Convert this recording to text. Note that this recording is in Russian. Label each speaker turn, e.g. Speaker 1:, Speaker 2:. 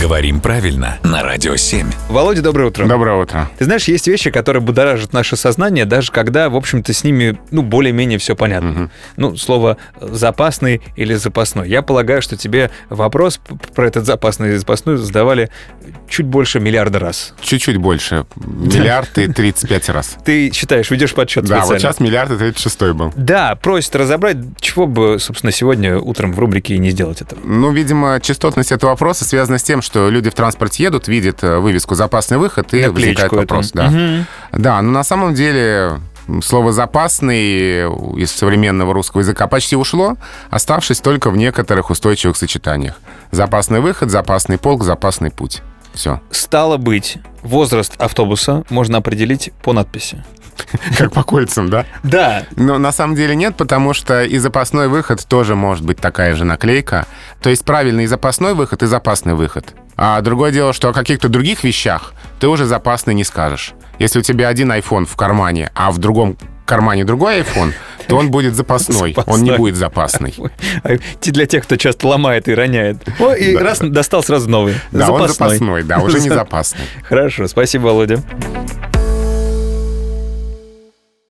Speaker 1: Говорим правильно на Радио 7.
Speaker 2: Володя, доброе утро.
Speaker 3: Доброе утро.
Speaker 2: Ты знаешь, есть вещи, которые будоражат наше сознание, даже когда, в общем-то, с ними, ну, более-менее все понятно. Ну, слово «запасный» или «запасной». Я полагаю, что тебе вопрос п- про этот запасный и запасной задавали чуть больше миллиарда раз.
Speaker 3: Чуть-чуть больше. Миллиард и 35 раз.
Speaker 2: Ты считаешь, ведешь подсчет
Speaker 3: Да, вот
Speaker 2: специально.
Speaker 3: сейчас миллиард и 36 был.
Speaker 2: Да, просит разобрать, чего бы, собственно, сегодня утром в рубрике и не сделать этого.
Speaker 3: Ну, видимо, частотность этого вопроса связана с тем, что люди в транспорте едут, видят э, вывеску «запасный выход» и возникает
Speaker 2: Наклеечку
Speaker 3: вопрос.
Speaker 2: эту.
Speaker 3: Да. да, но на самом деле м, слово «запасный» из современного русского языка почти ушло, оставшись только в некоторых устойчивых сочетаниях. «Запасный выход», «запасный полк», «запасный путь». Все.
Speaker 2: Стало быть, возраст автобуса можно определить по надписи.
Speaker 3: Как по кольцам, да?
Speaker 2: Да,
Speaker 3: Но на самом деле нет, потому что и запасной выход тоже может быть такая же наклейка. То есть правильный и запасной выход, и запасный выход. А другое дело, что о каких-то других вещах ты уже запасный не скажешь. Если у тебя один iPhone в кармане, а в другом кармане другой iPhone, то он будет запасной, он не
Speaker 2: Запасной.
Speaker 3: будет запасный.
Speaker 2: А те- Для тех, кто часто ломает и роняет. О, и раз достал сразу новый.
Speaker 3: Да, он запасной, да, уже не запасный.
Speaker 2: Хорошо, спасибо, Володя.